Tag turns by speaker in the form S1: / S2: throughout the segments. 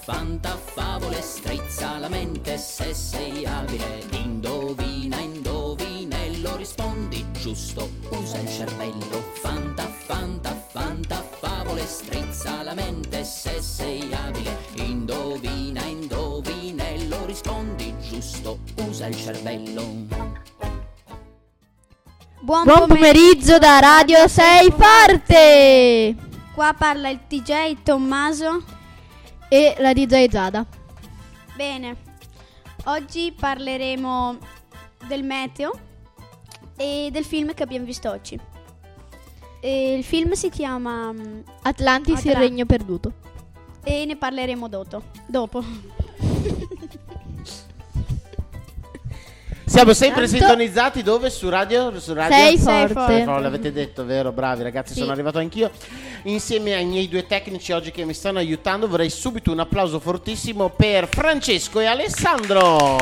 S1: Fantafavole strizza la mente se sei abile. Indovina, indovinello, rispondi giusto, usa il cervello. Fanta, fanta, fantafavole strizza la mente se sei abile. Indovina, indovinello, rispondi giusto, usa il cervello.
S2: Buon,
S3: Buon pomeriggio da Radio 6 Forte
S2: Qua parla il TJ Tommaso.
S3: e la DJ Giada.
S2: Bene, oggi parleremo del meteo e del film che abbiamo visto oggi. E il film si chiama mm,
S3: Atlantis il
S2: Atlan-
S3: regno perduto.
S2: E ne parleremo dopo. dopo.
S4: Siamo sempre
S3: Tanto-
S4: sintonizzati dove? Su radio? Su radio?
S3: Sei
S2: Sei
S3: forte.
S4: Però l'avete detto, vero? Bravi ragazzi,
S3: Sì.
S4: sono arrivato anch'io. Insieme ai miei due tecnici oggi che mi stanno aiutando, vorrei subito un applauso fortissimo per Francesco e Alessandro.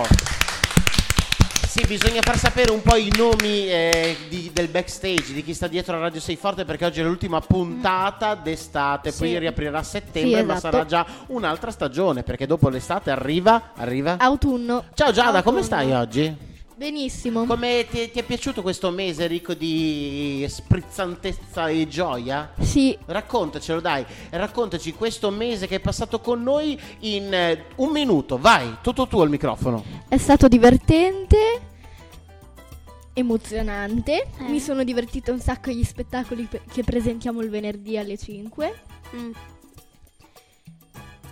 S4: Sì, bisogna far sapere un po' i nomi eh, di- del backstage, di chi sta dietro a Radio 6 Forte, perché oggi è l'ultima puntata d'estate, poi riaprirà a settembre,
S3: Sì,
S4: ma
S3: esatto.
S4: sarà già un'altra stagione, perché dopo l'estate arriva, arriva...
S3: Ah. Autunno.
S4: Ciao Giada, come
S3: Autunno.
S4: stai oggi?
S3: Benissimo.
S4: Come ti, ti è piaciuto questo mese ricco di sprizzantezza e gioia?
S3: Sì,
S4: Raccontacelo, dai, raccontaci questo mese che è passato con noi in eh, un minuto. Vai, tutto tu al microfono.
S3: è stato divertente, emozionante.
S2: Eh.
S3: Mi sono divertita un sacco agli spettacoli pe- che presentiamo il venerdì alle 5.
S2: Mm.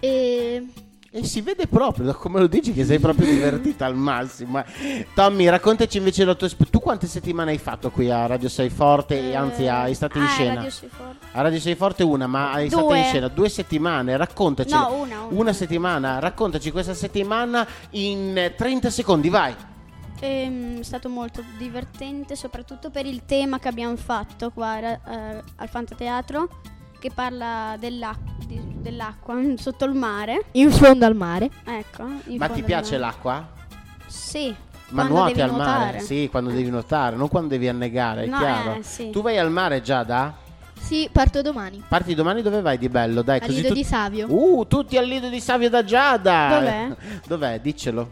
S3: E
S4: E Eh, si vede proprio da come lo dici che sei proprio divertita al massimo. eh. Tommy, raccontaci invece la tua esp- Tu quante settimane hai fatto qui a Radio 6 Forte? E Eh, anzi, hai stato in
S2: Eh, Ah,
S4: scena?
S2: Radio Sei Forte.
S4: A Radio 6 Forte una, ma è stata
S2: Due.
S4: in scena due settimane, raccontaci.
S2: No, una, una.
S4: settimana, raccontaci questa settimana in eh, 30 secondi, vai.
S2: Ehm, È stato molto divertente, soprattutto per il tema che abbiamo fatto qua era, eh, al Fantateatro, che parla dell'ac- di- dell'acqua mm, sotto il mare.
S3: in fondo al mare.
S2: Ecco, in
S4: Ma
S2: fondo
S4: ti
S2: al
S4: piace
S2: mare.
S4: l'acqua?
S2: Sì.
S4: Ma
S2: quando
S4: nuoti
S2: devi
S4: al
S2: nuotare.
S4: mare? Sì, quando devi nuotare, non quando devi annegare, è
S2: No,
S4: chiaro.
S2: eh, sì.
S4: Tu vai al mare già da?
S3: Sì, parto domani.
S4: Parti domani dove vai di bello? Dai,
S3: Al
S4: Eh, così
S3: Lido
S4: tu-
S3: di Savio.
S4: Uh, tutti al Lido di Savio da Giada.
S2: Dov'è?
S4: Dov'è? Diccelo.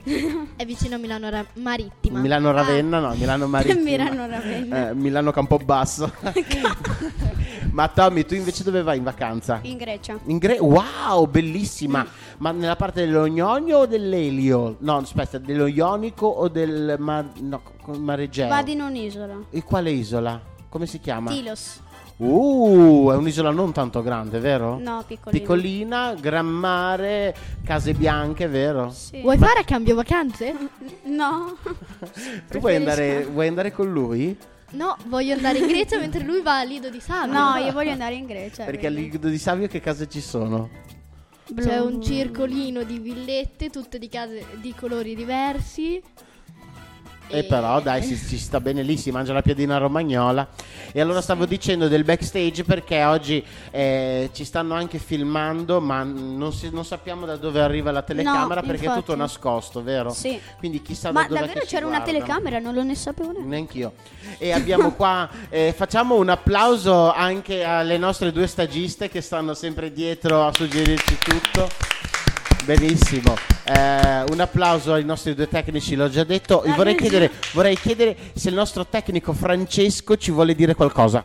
S3: È vicino a Milano Ra- Marittima.
S4: Milano Ravenna, no, Milano Marittima.
S2: Ah. Milano Ravenna.
S4: Eh, Milano Campobasso. Ma Tommy, tu invece dove vai in vacanza?
S2: In Grecia.
S4: In Gre- wow, bellissima! Ma nella parte dello ionio o dell'elio? No, aspetta, dello ionico o del mar- no, co- maregeo?
S2: Vado in un'isola.
S4: E quale isola? Come si chiama?
S2: Tilos.
S4: Uh, è un'isola non tanto grande, vero?
S2: No, piccolino.
S4: Piccolina, gran mare, case bianche, vero?
S2: Sì.
S3: Vuoi fare a cambio vacanze?
S2: No.
S4: Tu vuoi andare, vuoi andare con lui?
S3: No, voglio andare in Grecia mentre lui va al Lido di Savio.
S2: No, io voglio andare in Grecia.
S4: Perché al
S2: quindi.
S4: Lido di Savio che case ci sono?
S3: C'è un circolino di villette, tutte di case di colori diversi. Eh,
S4: E però
S2: eh.
S4: dai, si, ci sta bene lì, si mangia la piadina romagnola. E allora stavo dicendo del backstage perché oggi eh, ci stanno anche filmando, ma non, si- non sappiamo da dove arriva la telecamera perché è tutto
S2: infatti.
S4: nascosto, vero?
S2: Sì.
S4: Quindi chissà
S2: Ma
S4: da dove
S2: davvero
S4: che si
S2: c'era una
S4: guarda.
S2: telecamera, non lo ne sapevo neanche.
S4: Neanch'io. E abbiamo qua, eh, facciamo un applauso anche alle nostre due stagiste che stanno sempre dietro a suggerirci tutto. Benissimo. Eh, un applauso ai nostri due tecnici, l'ho già detto. E
S2: Ah,
S4: vorrei,
S2: sì.
S4: chiedere, vorrei chiedere se il nostro tecnico Francesco ci vuole dire qualcosa.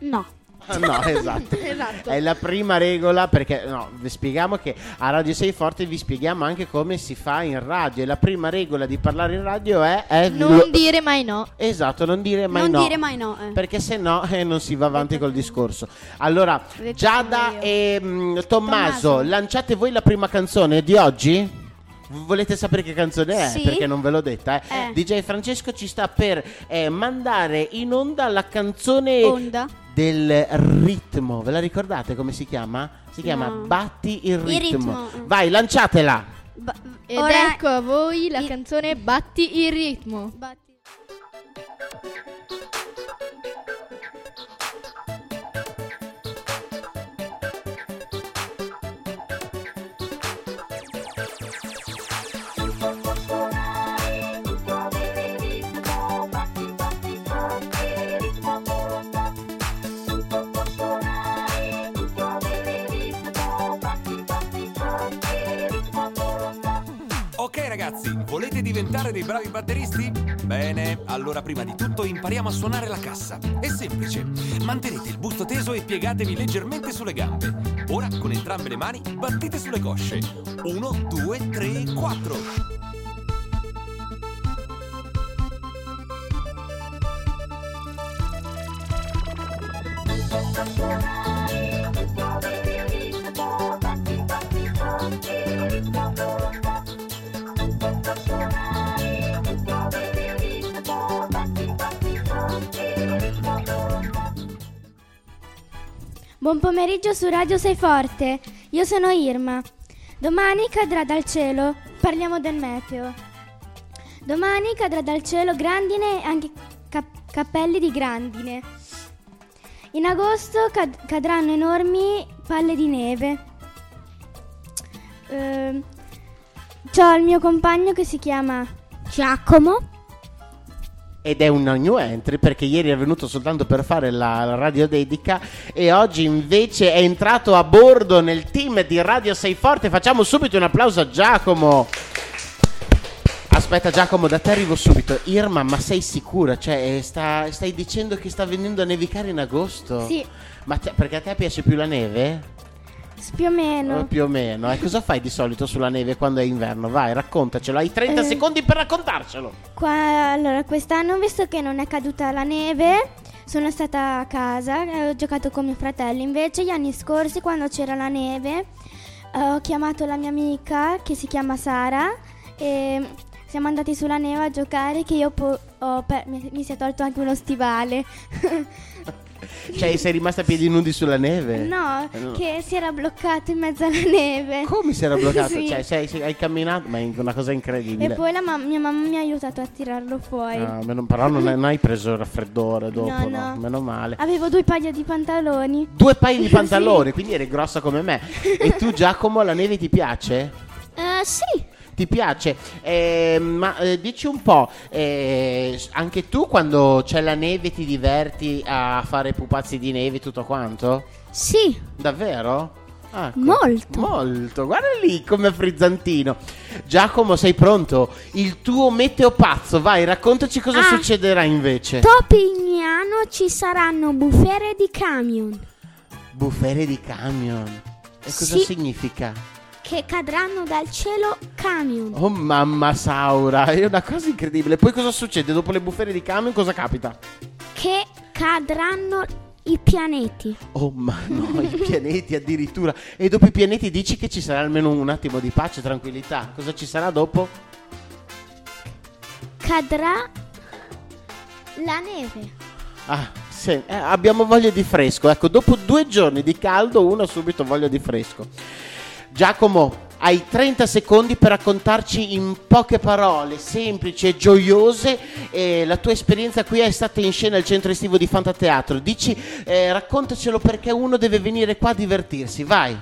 S2: No.
S4: Ah, No, esatto.
S3: Esatto.
S4: È la prima regola perché no, vi spieghiamo che a Radio 6 Forte vi spieghiamo anche come si fa in radio e la prima regola di parlare in radio è, è
S3: Non dire mai no.
S4: Esatto, non dire mai
S2: non
S4: no.
S2: dire mai no. eh.
S4: Perché se no eh, non si va avanti col discorso. Allora,
S2: detto
S4: Giada
S2: io.
S4: e mm, Tommaso,
S2: Tommaso.
S4: lanciate voi la prima canzone di oggi? Volete sapere che canzone è?
S2: Sì.
S4: Perché non ve l'ho detta. eh.
S2: Eh.
S4: DJ Francesco ci sta per eh, mandare in onda la canzone
S2: Onda.
S4: del ritmo. Ve la ricordate come si chiama? Si chiama
S2: No.
S4: Batti il
S2: Il
S4: ritmo.
S2: ritmo. mm.
S4: Vai, lanciatela.
S2: Ba-
S3: Ed
S2: ora-
S3: ecco a voi la
S2: i-
S3: canzone Batti il ritmo.
S2: Batti.
S5: ragazzi, volete diventare dei bravi batteristi? Bene, allora prima di tutto impariamo a suonare la cassa. È semplice. Mantenete il busto teso e piegatevi leggermente sulle gambe. Ora, con entrambe le mani, battete sulle cosce. Uno, due, tre, quattro.
S6: Buon pomeriggio su Radio Sei Forte, io sono Irma. Domani cadrà dal cielo, parliamo del meteo. Domani cadrà dal cielo grandine e anche cap- cappelli di grandine. In agosto cad- cadranno enormi palle di neve. Ehm, c'ho il mio compagno che si chiama Giacomo.
S4: Ed è una new entry perché ieri è venuto soltanto per fare la la radio dedica e oggi invece è entrato a bordo nel team di Radio Sei Forte. Facciamo subito un applauso a Giacomo. Aspetta Giacomo, da te arrivo subito. Irma, ma sei sicura? Cioè, eh, sta- stai dicendo che sta venendo a nevicare in agosto?
S6: Sì.
S4: Ma te- perché a te piace più la neve?
S6: Più o
S4: Eh,
S6: meno.
S4: Più o meno. E cosa fai di solito sulla neve quando è inverno? Vai, raccontacelo. Hai 30
S6: Eh.
S4: secondi per raccontarcelo.
S6: Qua- allora, quest'anno, visto che non è caduta la neve, sono stata a casa e ho giocato con mio fratello. Invece, gli anni scorsi, quando c'era la neve, eh, ho chiamato la mia amica che si chiama Sara e siamo andati sulla neve a giocare. Che io po- ho per- mi, mi si è tolto anche uno stivale.
S4: Cioè, sei rimasta a piedi nudi sulla neve?
S6: no,
S4: Eh, no.
S6: che si era bloccato in mezzo alla neve.
S4: Come si era bloccato?
S6: Sì.
S4: Cioè, sei- sei- hai camminato, ma è una cosa incredibile.
S6: E poi la mam- mia mamma mi ha aiutato a tirarlo fuori.
S4: Ah, meno- però non, non hai preso il raffreddore dopo, no,
S6: No, no.
S4: meno male.
S6: Avevo due paia di pantaloni.
S4: Due paio di pantaloni, quindi eri grossa come me. E tu, Giacomo, la neve ti piace?
S6: Eh, sì.
S4: Ti piace? Eh, ma eh, dici un po', eh, anche tu quando c'è la neve ti diverti a fare pupazzi di neve e tutto quanto?
S6: Sì.
S4: Davvero? Ah, ecco.
S6: Molto.
S4: Molto, guarda lì come frizzantino. Giacomo, sei pronto? Il tuo meteo pazzo, vai, raccontaci cosa
S6: Ah.
S4: succederà invece.
S6: Topignano ci saranno bufere di camion
S4: Bufere di camion. E cosa
S6: Sì.
S4: significa?
S6: che cadranno dal cielo camion.
S4: Oh mamma Saura, è una cosa incredibile. Poi cosa succede dopo le bufere di camion? Cosa capita?
S6: Che cadranno i pianeti.
S4: Oh ma no, i pianeti addirittura. E dopo i pianeti dici che ci sarà almeno un attimo di pace, tranquillità. Cosa ci sarà dopo?
S6: Cadrà la neve.
S4: Ah, sì, eh, abbiamo voglia di fresco. Ecco, dopo due giorni di caldo, uno subito voglia di fresco. Giacomo, hai 30 secondi per raccontarci in poche parole, semplici e gioiose, eh, la tua esperienza qui è stata in scena al centro estivo di Fantateatro. Dici, eh, raccontacelo perché uno deve venire qua a divertirsi, vai.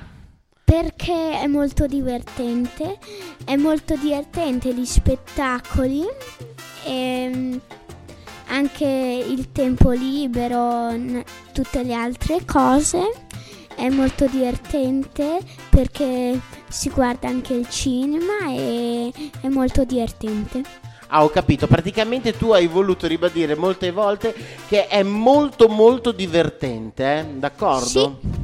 S6: Perché è molto divertente, è molto divertente gli spettacoli e mm, anche il tempo libero, n- tutte le altre cose. È molto divertente perché si guarda anche il cinema e è molto divertente.
S4: Ah, ho capito. Praticamente tu hai voluto ribadire molte volte che è molto molto divertente, eh? d'accordo?
S6: Sì.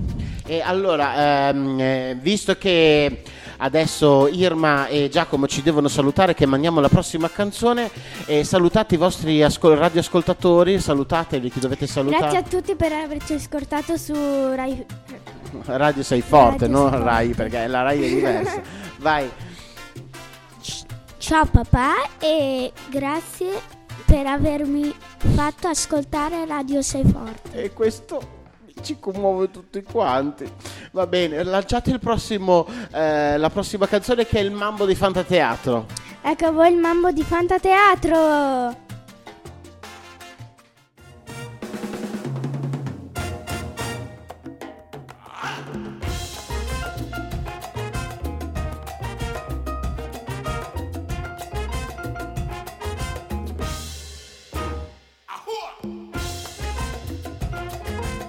S4: E allora, ehm, eh, visto che adesso Irma e Giacomo ci devono salutare, che mandiamo la prossima canzone, eh, salutate i vostri ascol- radioascoltatori, salutateli chi dovete salutare.
S6: Grazie a tutti per averci ascoltato su Rai.
S4: Radio sei forte,
S6: Radio
S4: non
S6: Sei Forte.
S4: Rai, perché la Rai è diversa. Vai.
S6: Ciao papà e grazie per avermi fatto ascoltare Radio Sei Forte.
S4: E questo ci commuove tutti quanti. Va bene, lanciate il prossimo, eh, la prossima canzone che è il Mambo di Fantateatro.
S6: Ecco a voi il mambo di Fantateatro!
S7: Mambo di fantateatro.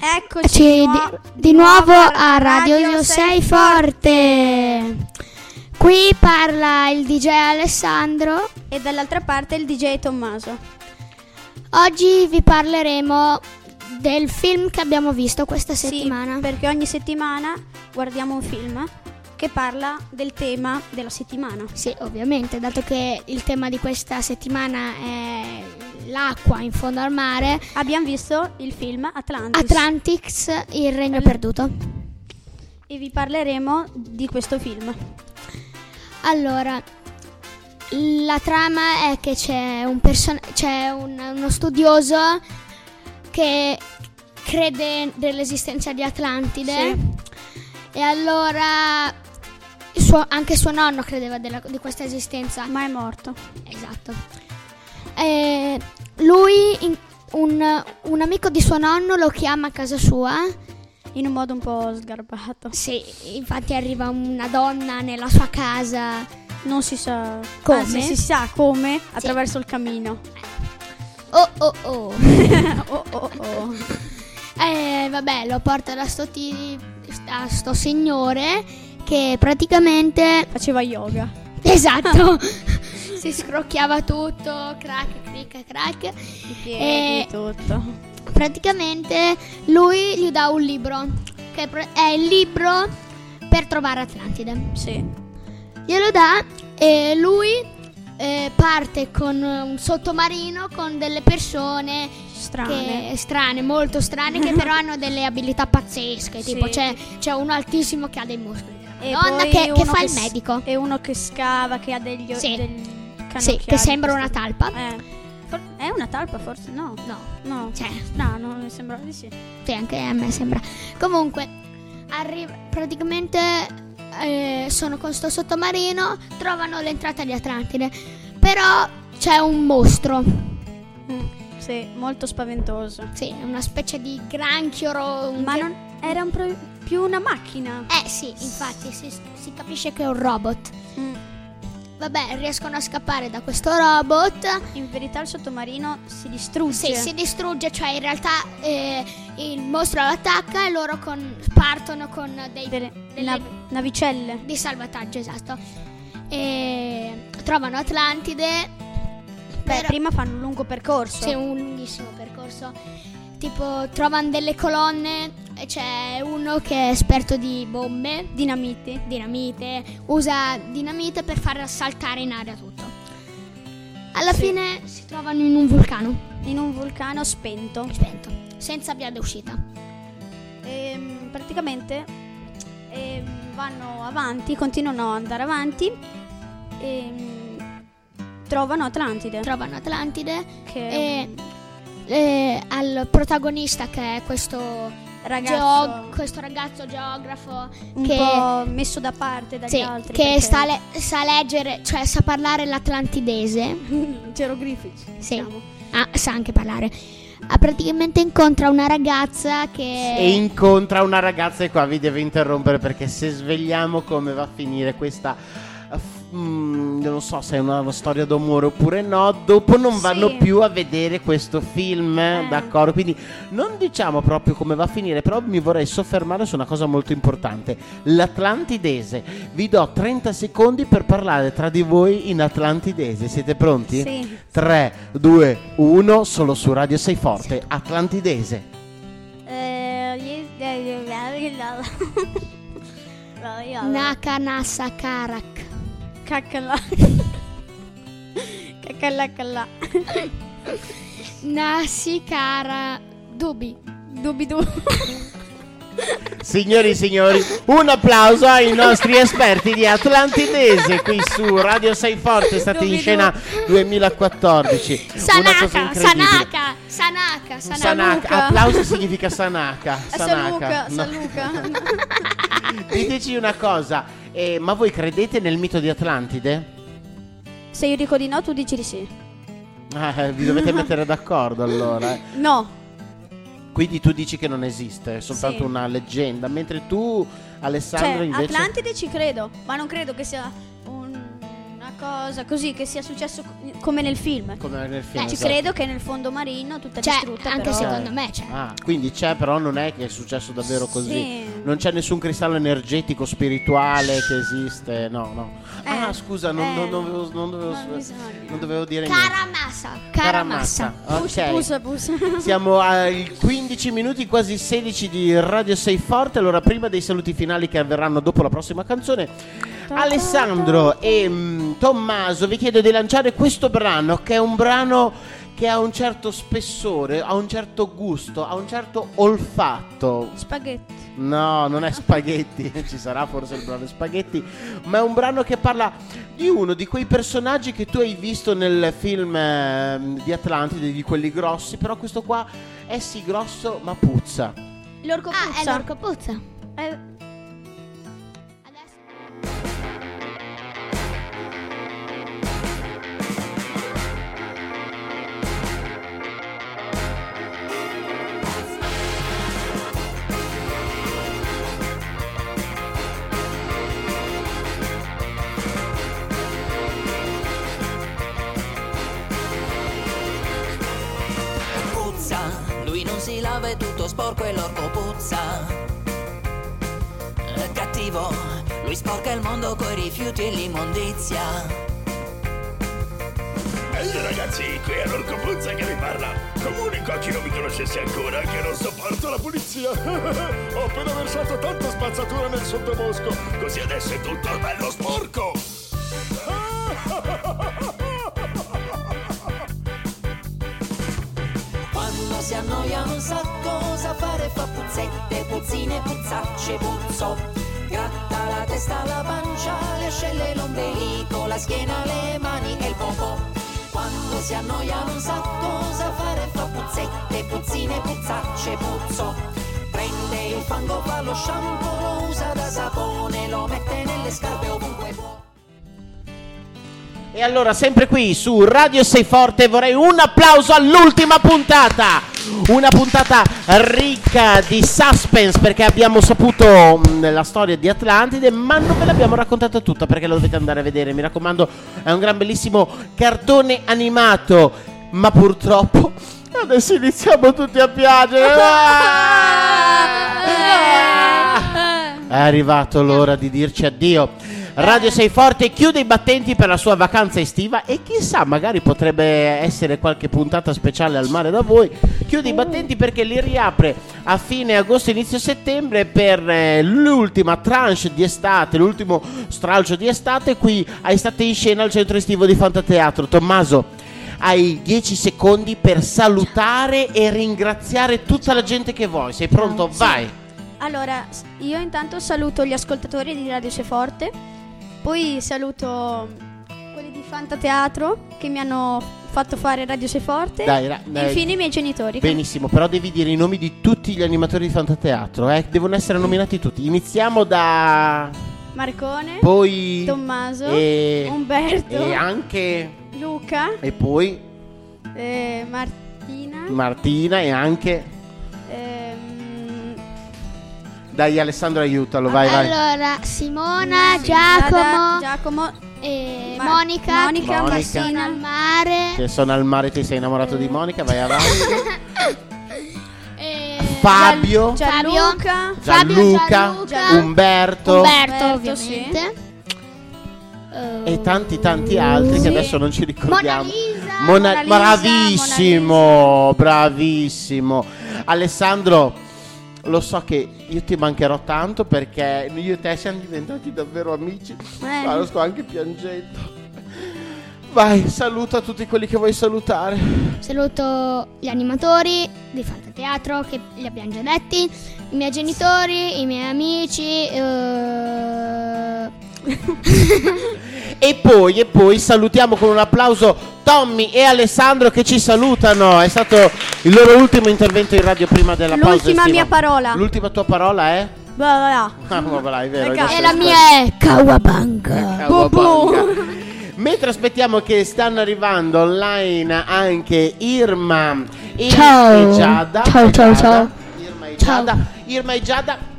S2: Eccoci
S7: Eccoci
S2: di nuo-
S7: di, di nuovo a Radio Io Sei Forte. Qui parla il DJ Alessandro.
S2: e dall'altra parte il DJ Tommaso.
S7: Oggi vi parleremo del film che abbiamo visto questa settimana.
S2: Sì, perché ogni settimana guardiamo un film che parla del tema della settimana.
S7: Sì, ovviamente, dato che il tema di questa settimana è l'acqua in fondo al mare,
S2: Abbiamo visto il film Atlantis
S7: Atlantics, il regno perduto.
S2: e vi parleremo di questo film.
S7: Allora, la trama è che c'è, un person- c'è un- uno studioso che crede nell'esistenza di Atlantide e allora il suo- anche suo nonno credeva della- di questa esistenza.
S2: Ma è morto.
S7: Esatto. Eh, lui, in- un, un amico di suo nonno lo chiama a casa sua.
S2: In un modo un po' sgarbato.
S7: Sì, infatti arriva una donna nella sua casa.
S2: Non si sa
S7: Come?
S2: anzi, si sa come attraverso il camino.
S7: Oh oh oh.
S2: Oh, oh, oh.
S7: Eh, vabbè, lo porta da sto, ti- da sto signore che praticamente...
S2: Faceva yoga.
S7: Esatto! si scrocchiava tutto, crack, cric, crack.
S2: I
S7: Eh.
S2: piedi, tutto.
S7: Praticamente lui gli dà un libro, che pr- è il libro per trovare Atlantide.
S2: Sì.
S7: Glielo dà e lui eh, parte con un sottomarino con delle persone
S2: Strane.
S7: Che strane, molto strane, che però hanno delle abilità pazzesche.
S2: Sì.
S7: Tipo c'è, c'è uno altissimo che ha dei muscoli.
S2: E
S7: Donna
S2: poi
S7: che, che
S2: uno
S7: fa il
S2: s-
S7: medico.
S2: E uno che scava, che ha degli
S7: Sì.
S2: occhi.
S7: Sì, che sembra una talpa.
S2: Eh, for- è una talpa forse? No.
S7: No,
S2: No.
S7: cioè,
S2: No, non mi sembrava di sì.
S7: sì, anche a me sembra. Comunque, arriva, praticamente eh, sono con sto sottomarino, trovano l'entrata di Atlantide. Però c'è un mostro.
S2: Mm, sì, molto spaventoso.
S7: Sì, una specie di granchio. ro- un
S2: Ma
S7: gra-
S2: non era un pro- più una macchina.
S7: Eh sì, infatti si, si capisce che è un robot.
S2: Mm,
S7: Vabbè, riescono a scappare da questo robot.
S2: In verità il sottomarino si distrugge.
S7: Sì, si distrugge, cioè in realtà eh, il mostro lo attacca e loro con- partono con dei
S2: Delle,
S7: delle-
S2: nav- navicelle.
S7: di salvataggio, esatto. E trovano Atlantide.
S2: Beh,
S7: però-
S2: prima fanno un lungo percorso.
S7: C'è un lunghissimo percorso. Tipo, trovano delle colonne e c'è uno che è esperto di bombe,
S2: Dinamiti.
S7: dinamite, usa dinamite per far saltare in aria tutto. Alla
S2: Sì.
S7: fine si trovano in un vulcano
S2: In un vulcano spento.
S7: spento, senza via d'uscita.
S2: Ehm, praticamente ehm, vanno avanti, continuano ad andare avanti. E trovano Atlantide.
S7: Trovano Atlantide
S2: che ehm, è
S7: e
S2: un
S7: eh, al protagonista che è questo,
S2: ragazzo
S7: geog- questo ragazzo geografo
S2: un
S7: che-
S2: po' messo da parte dagli
S7: sì,
S2: altri.
S7: che
S2: perché-
S7: sa, le- sa leggere, cioè sa parlare l'atlantidese,
S2: Geroglifici, diciamo.
S7: Ah, sa anche parlare. Ah, praticamente incontra una ragazza
S4: E
S7: che...
S4: incontra una ragazza e qua vi deve interrompere perché se svegliamo come va a finire questa... eh, f- mm, non so se è una, una storia d'amore oppure no. Dopo non
S2: Sì.
S4: vanno più a vedere questo film, eh,
S2: Eh.
S4: d'accordo? Quindi non diciamo proprio come va a finire, però mi vorrei soffermare su una cosa molto importante: l'Atlantidese. Vi do 30 secondi per parlare tra di voi in Atlantidese. Siete pronti?
S2: Sì.
S4: 3, 2, 1, solo su Radio 6 Forte, Atlantidese.
S2: Eh, gli- eh, eh, la- la- la-
S7: Naka Nasa Karak.
S2: Caccala. Caccala calla.
S7: Nasi Kara Dubi.
S2: Dubi du.
S4: Signori e signori, un applauso ai nostri esperti di Atlantidese qui su Radio 6 Forte, stati in scena 2014. Una cosa
S7: Sanaka,
S4: incredibile.
S7: Sanaka, Sanaka, Sanaka.
S4: Sanaka,
S2: Saluca.
S4: applauso significa Sanaka.
S2: Saluca,
S4: Sanaka. No.
S2: Saluca.
S4: Diteci una cosa, eh, ma voi credete nel mito di Atlantide?
S2: Se io dico di no, tu dici di sì.
S4: Ah, eh, vi dovete mettere d'accordo allora. eh.
S2: No.
S4: Quindi tu dici che non esiste, è soltanto
S2: Sì.
S4: una leggenda, mentre tu, Alessandro,
S2: Cioè,
S4: invece...
S2: Atlantide ci credo, ma non credo che sia un- una qualcosa così che sia successo co- come nel film. Cioè,
S4: Come nel film.
S2: Eh, Ci
S4: esatto.
S2: credo che nel fondo marino tutta
S7: Cioè,
S2: distrutta
S7: anche
S2: però-
S7: secondo me cioè. c'è.
S4: Ah, quindi c'è, però non è che è successo davvero così.
S2: Cioè. Sì.
S4: Non c'è nessun cristallo energetico spirituale che esiste, no, no.
S2: Eh,
S4: ah, scusa, non,
S2: eh,
S4: non dovevo, non dovevo-
S2: non bisogna.
S4: non dovevo dire niente.
S7: Caramassa. Caramassa.
S4: Ok.
S2: Pusa, pusa.
S4: Siamo ai 15 minuti, quasi 16 di Radio 6 Forte. Allora, prima dei saluti finali che avverranno dopo la prossima canzone, Esatto. Alessandro e mm, Tommaso vi chiedo di lanciare questo brano, che è un brano che ha un certo spessore, ha un certo gusto, ha un certo olfatto.
S2: Spaghetti.
S4: No, non è spaghetti, ci sarà forse il brano spaghetti, ma è un brano che parla di uno di quei personaggi che tu hai visto nel film ehm, di Atlantide, di quelli grossi, però questo qua è sì grosso ma puzza.
S2: L'orco
S7: Ah, è
S2: puzza.
S7: l'orco puzza.
S2: Eh,
S1: puzza, lui non si lava è tutto sporco e l'orco puzza. È cattivo, lui sporca il mondo coi rifiuti e l'immondizia.
S8: Allora ragazzi, qui è l'Orco Puzza che vi parla. Comunico a chi non mi conoscesse ancora che non sopporto la pulizia. Ho appena versato tanta spazzatura nel sottobosco, così adesso è tutto bello sporco.
S1: Quando si annoia non sa cosa fare Fa puzzette, puzzine, puzzacce, puzzo Gratta la testa, la pancia, le ascelle, l'ombelico La schiena, le mani e il popò Quando si annoia non sa cosa fare Fa puzzette, puzzine, puzzacce, puzzo Prende il fango, fa lo shampoo Lo usa da sapone, lo mette nelle scarpe ovunque può
S4: E allora, sempre qui su Radio Sei Forte, vorrei un applauso all'ultima puntata. Una puntata ricca di suspense perché abbiamo saputo mh, la storia di Atlantide, ma non ve l'abbiamo raccontata tutta perché la dovete andare a vedere. Mi raccomando, è un gran bellissimo cartone animato, ma purtroppo adesso iniziamo tutti a piangere. Ah! È arrivato l'ora di dirci addio. Radio Sei Forte chiude i battenti per la sua vacanza estiva e chissà, magari potrebbe essere qualche puntata speciale al mare da voi. Chiude i battenti perché li riapre a fine agosto, inizio settembre per eh, l'ultima tranche di estate, l'ultimo stralcio di estate qui a Estate in Scena al centro estivo di Fantateatro. Tommaso, hai 10 secondi per salutare e ringraziare tutta la gente che vuoi. Sei pronto? Vai.
S2: Allora, s- io intanto saluto gli ascoltatori di Radio Ceforte, poi saluto quelli di Fantateatro che mi hanno fatto fare Radio Ceforte
S4: Dai, ra-
S2: e
S4: dai.
S2: infine i miei genitori.
S4: Benissimo, però devi dire i nomi di tutti gli animatori di fantateatro, eh? Devono essere nominati tutti. Iniziamo da
S2: Marcone,
S4: poi
S2: Eh? Tommaso,
S4: e-
S2: Umberto,
S4: e anche
S2: Luca,
S4: e poi
S2: eh, Martina,
S4: Martina e anche
S2: ehm,
S4: Dai, Alessandro aiutalo, vai, vai.
S7: Allora, Simona,
S2: Giada,
S7: Giacomo,
S2: Giacomo,
S7: e
S9: eh,
S2: Ma-
S7: Monica,
S2: Monica,
S4: Monica.
S7: sono al
S2: Martina,
S7: mare.
S4: Che sono al mare, ti sei innamorato di Monica, vai
S7: Eh,
S4: avanti.
S7: e
S4: Fabio,
S2: cioè,
S7: Fabio,
S2: Gianluca,
S7: Fabio,
S4: Gianluca,
S7: Gianluca,
S4: Umberto,
S7: Umberto,
S2: Umberto, sì.
S7: ovviamente. Eh,
S4: e tanti tanti altri che adesso non ci ricordiamo.
S7: Mona Lisa,
S4: Mona-
S2: Mona Lisa,
S4: bravissimo, bravissimo. Alessandro, lo so che io ti mancherò tanto perché io e te siamo diventati davvero amici.
S2: Eh.
S4: Ma lo sto anche piangendo. Vai, saluta tutti quelli che vuoi salutare.
S7: Saluto gli animatori di Fantateatro che li abbiamo già detti, i miei genitori, i miei amici. eh,
S4: E poi, e poi salutiamo con un applauso Tommy e Alessandro che ci salutano. È stato il loro ultimo intervento in radio prima della pausa.
S2: L'ultima
S4: estiva.
S2: mia parola.
S4: L'ultima tua parola è?
S2: bla bla bla.
S4: Ah, ma voilà, è vero. i
S2: Raga,
S4: nostri
S7: e la
S4: esperti.
S7: mia è Kawabanga.
S4: Kawabanga. Mentre aspettiamo che stanno arrivando online anche Irma e,
S7: Ciao.
S4: e Giada.
S7: Ciao,
S4: e
S7: ciao,
S4: Giada.
S7: ciao.
S4: Irma e
S7: Ciao.
S4: Giada. Irma e Giada.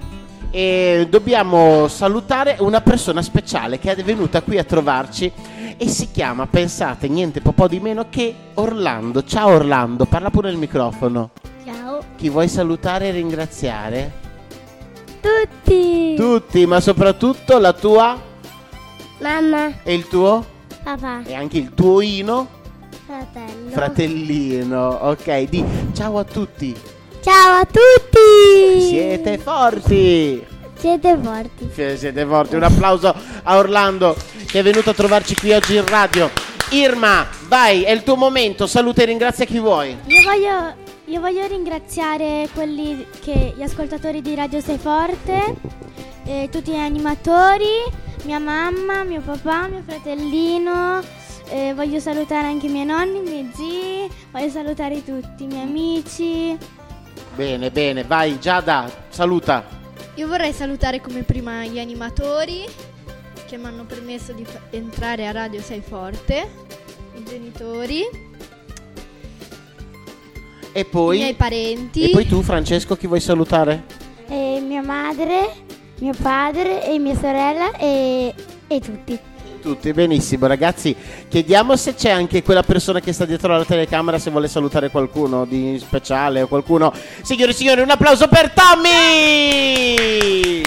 S4: E dobbiamo salutare una persona speciale che è venuta qui a trovarci e si chiama, pensate, niente po' di meno che Orlando. Ciao Orlando, parla pure il microfono.
S6: Ciao
S4: Chi vuoi salutare e ringraziare?
S6: tutti!
S4: Tutti, ma soprattutto la tua
S6: Mamma,
S4: e il tuo
S6: papà,
S4: e anche il tuo Ino,
S6: fratello.
S4: fratellino. Ok, di ciao a tutti.
S6: Ciao a tutti!
S4: Siete forti!
S6: Siete forti.
S4: Sì, Siete forti, un applauso a Orlando che è venuto a trovarci qui oggi in radio. Irma, vai, è il tuo momento, saluta e ringrazia chi vuoi.
S9: Io voglio, io voglio ringraziare quelli che, gli ascoltatori di Radio Sei Forte, eh, tutti gli animatori, mia mamma, mio papà, mio fratellino. eh, voglio salutare anche i miei nonni, i miei zii, voglio salutare tutti, i miei amici.
S4: Bene, bene, vai Giada, saluta.
S3: Io vorrei salutare come prima gli animatori che mi hanno permesso di fa- entrare a Radio Sei Forte, i genitori,
S4: E poi,
S3: i miei
S4: e
S3: parenti.
S4: poi tu Francesco chi vuoi salutare?
S9: E mia madre, mio padre e mia sorella e, e tutti.
S4: Tutti, benissimo ragazzi, chiediamo se c'è anche quella persona che sta dietro alla telecamera se vuole salutare qualcuno di speciale o qualcuno. Signori e signori, un applauso per Tommy!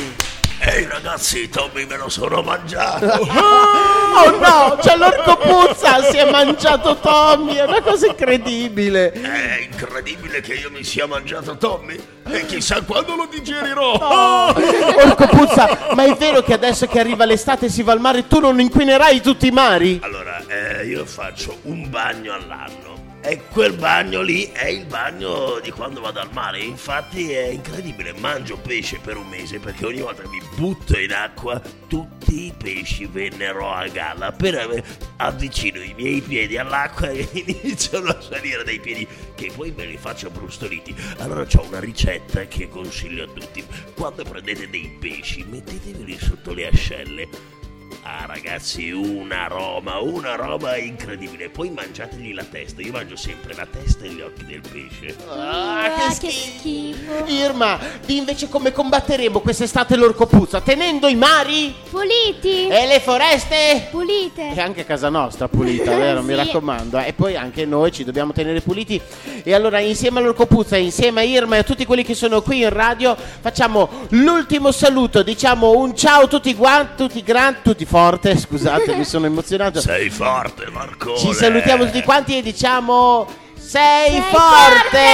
S8: Ehi ragazzi, Tommy me lo sono mangiato.
S4: Oh no, c'è l'orco puzza, si è mangiato Tommy, è una cosa incredibile.
S8: È incredibile che io mi sia mangiato Tommy e chissà quando lo digerirò.
S4: Oh. Orco puzza, ma è vero che adesso che arriva l'estate e si va al mare tu non inquinerai tutti i mari?
S8: Allora, eh, io faccio un bagno all'anno e quel bagno lì è il bagno di quando vado al mare. Infatti è incredibile, mangio pesce per un mese perché ogni volta che mi butto in acqua tutti i pesci vennero a galla. Appena eh, avvicino i miei piedi all'acqua e iniziano a salire dai piedi che poi me li faccio brustoliti. Allora ho una ricetta che consiglio a tutti. Quando prendete dei pesci metteteveli sotto le ascelle. Ah ragazzi, una roba, una roba incredibile. Poi mangiategli la testa. Io mangio sempre la testa e gli occhi del pesce.
S4: Ah, che, schifo. Irma, di invece come combatteremo quest'estate l'orco puzza? Tenendo i mari
S9: Puliti!
S4: e le foreste? E
S9: Pulite!
S4: anche casa nostra pulita, vero? Mi raccomando. eh. E poi anche noi ci dobbiamo tenere puliti. E allora, insieme all'Orco Puzza, insieme a Irma e a tutti quelli che sono qui in radio, facciamo l'ultimo saluto. Diciamo un ciao tutti quanti, tutti gran, tutti forte. Scusate, mi sono emozionato.
S8: Sei forte, Marco.
S4: Ci salutiamo tutti quanti e diciamo: Sei, forte!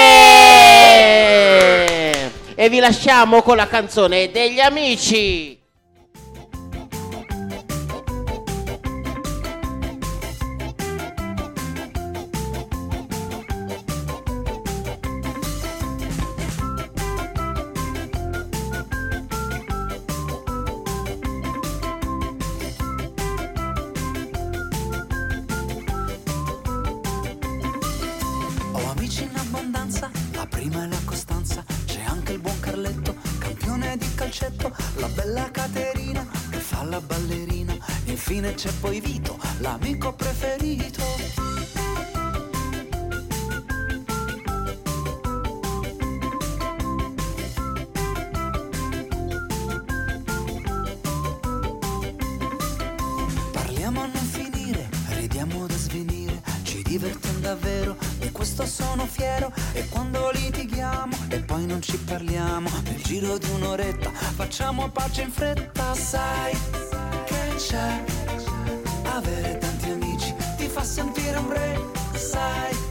S4: E vi lasciamo con la canzone degli amici.
S5: Ho amici in abbondanza, la prima è la costanza, c'è anche il buon Carletto, campione di calcetto, la bella Caterina che fa la ballerina, infine c'è poi Vito, l'amico preferito. Parliamo a non finire, ridiamo da svenire, ci divertiamo davvero, di questo sono fiero. E quando litighiamo e poi non ci parliamo, nel giro di un'oretta facciamo pace in fretta, sai che c'è. Avere tanti amici ti fa sentire un re, sai